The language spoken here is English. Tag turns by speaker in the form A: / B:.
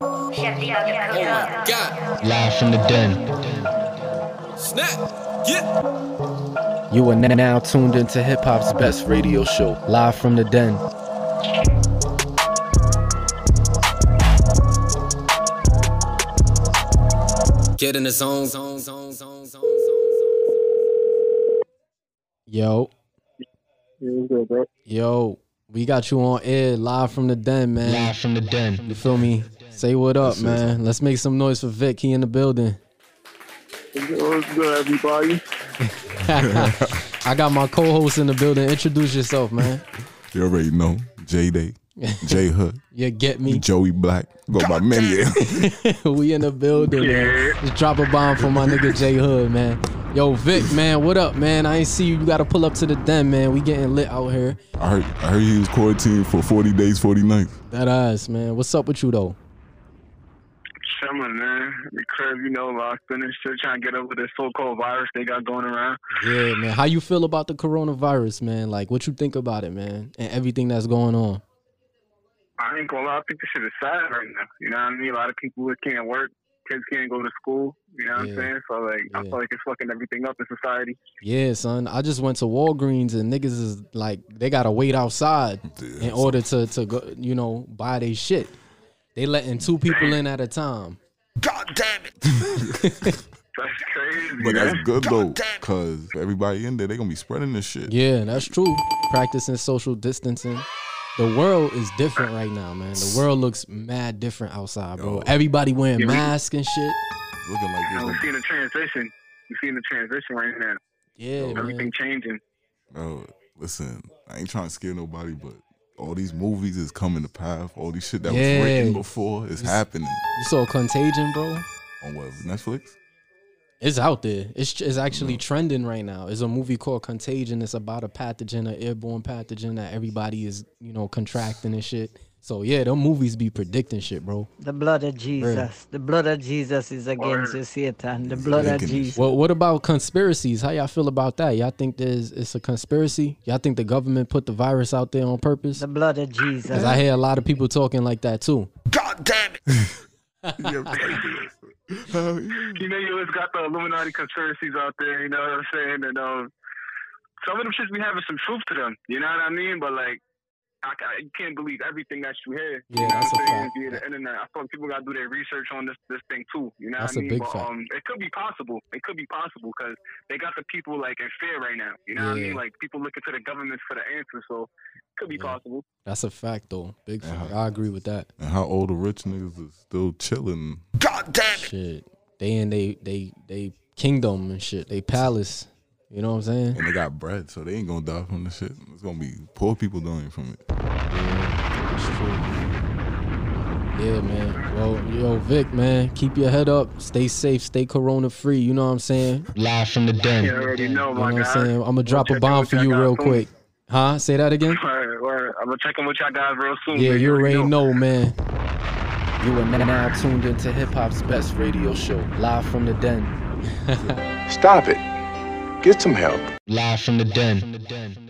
A: Oh, my God.
B: Live from the den.
A: Snap. Yeah.
C: You are na- now tuned into hip hop's best radio show, live from the den.
A: Get in the zone. zone, zone, zone, zone, zone.
C: Yo,
D: Yeah, what's good, bro?
C: yo, we got you on air, live from the den, man.
B: Live from the den.
C: You feel me? Say what up, man. Let's make some noise for Vic. He in the building.
D: What's good, everybody?
C: I got my co-host in the building. Introduce yourself, man.
E: You already know. J Day, J Hood,
C: You get me.
E: Joey Black. Go by many of them.
C: we in the building. Man. Just drop a bomb for my nigga J Hood, man. Yo, Vic, man, what up, man? I ain't see you. You gotta pull up to the den, man. We getting lit out here.
E: I heard, I heard he was quarantined for 40 days, 40 nights.
C: That ass, man. What's up with you though?
D: Chilling, man. The crib, you know, locked in and shit, trying to get over this so-called virus they got going around.
C: Yeah, man. How you feel about the coronavirus, man? Like, what you think about it, man, and everything that's going on?
D: I ain't gonna lie, I think this shit is sad right now. You know what I mean? A lot of people can't work, kids can't go to school. You know what
C: Yeah.
D: I'm saying? So like, I
C: Yeah.
D: feel like it's fucking everything up in society.
C: Yeah, son. I just went to Walgreens and niggas is like, they gotta wait outside in order to to go, you know, buy they shit. They letting two people in at a time.
D: That's crazy. man.
E: But that's good though, because everybody in there, they going to be spreading this shit.
C: Yeah, that's true. Practicing social distancing. The world is different right now, man. The world looks mad different outside, bro.
E: Yo.
C: Everybody wearing
D: Yeah, we-
C: masks and shit.
E: Looking like
D: And
E: this.
D: we're
E: Like,
D: seeing a transition. We're seeing a transition right now.
C: Yeah, man.
D: Everything changing.
E: bro, oh, listen, I ain't trying to scare nobody, but all these movies is coming to path. All these shit that
C: Yeah.
E: was written before is happening
C: You saw Contagion, bro?
E: on what, Netflix?
C: It's out there. It's it's actually trending right now. It's a movie called Contagion. It's about a pathogen, an airborne pathogen that everybody is you know contracting and shit. So yeah, them movies be predicting shit, bro.
F: The blood of Jesus. The blood of Jesus is against
D: Word.
F: Satan. The blood of
E: making this
F: Jesus.
C: Well, what about conspiracies? How y'all feel about that? Y'all think there's it's a conspiracy? Y'all think the government put the virus out there on purpose?
F: The blood of
C: Cause
F: Jesus.
C: I hear a lot of people talking like that too.
E: Yeah, right. Hell yeah.
D: You know, you always got the Illuminati conspiracies out there. You know what I'm saying? And um, some of them should be having some truth to them. You know what I mean? But like, I, ca- you can't believe everything that you hear.
C: Yeah,
D: you know
C: that's
D: what
C: a
D: I'm saying?
C: fact.
D: Via the internet, I feel like people gotta do their research on this this thing too. You know
C: That's a
D: what I mean?
C: big
D: but
C: fact.
D: um, it could be possible. It could be possible because they got the people like in fear right now. You know what I
C: Yeah.
D: mean? Like people looking to the government for the answer. So it could be
C: Yeah.
D: possible.
C: That's a fact though. Big fact.
E: Uh-huh.
C: I agree with that.
E: And how old the rich niggas is still chilling.
C: Shit. They in they they they kingdom and shit. They palace. You know what I'm saying?
E: And they got bread, so they ain't gonna die from this shit. It's gonna be poor people dying from it.
C: Yeah, man. Well, yo, Vic, man, keep your head up. Stay safe. Stay corona free. You know what I'm saying?
B: Live from the
D: You
B: den.
D: already know,
C: You know
D: Oh, my
C: what I'm
D: guy.
C: saying? I'm gonna drop a
D: check
C: bomb
D: out
C: for
D: y'all
C: you
D: guys
C: real
D: soon.
C: quick. Huh? Say that again?
D: Word, word. I'm gonna check in with y'all guys real soon.
C: Yeah,
D: man.
C: you already
D: know.
C: know, man. You are now tuned into hip hop's best radio show, live from the den.
G: Stop it. Get some help.
B: Live from the den.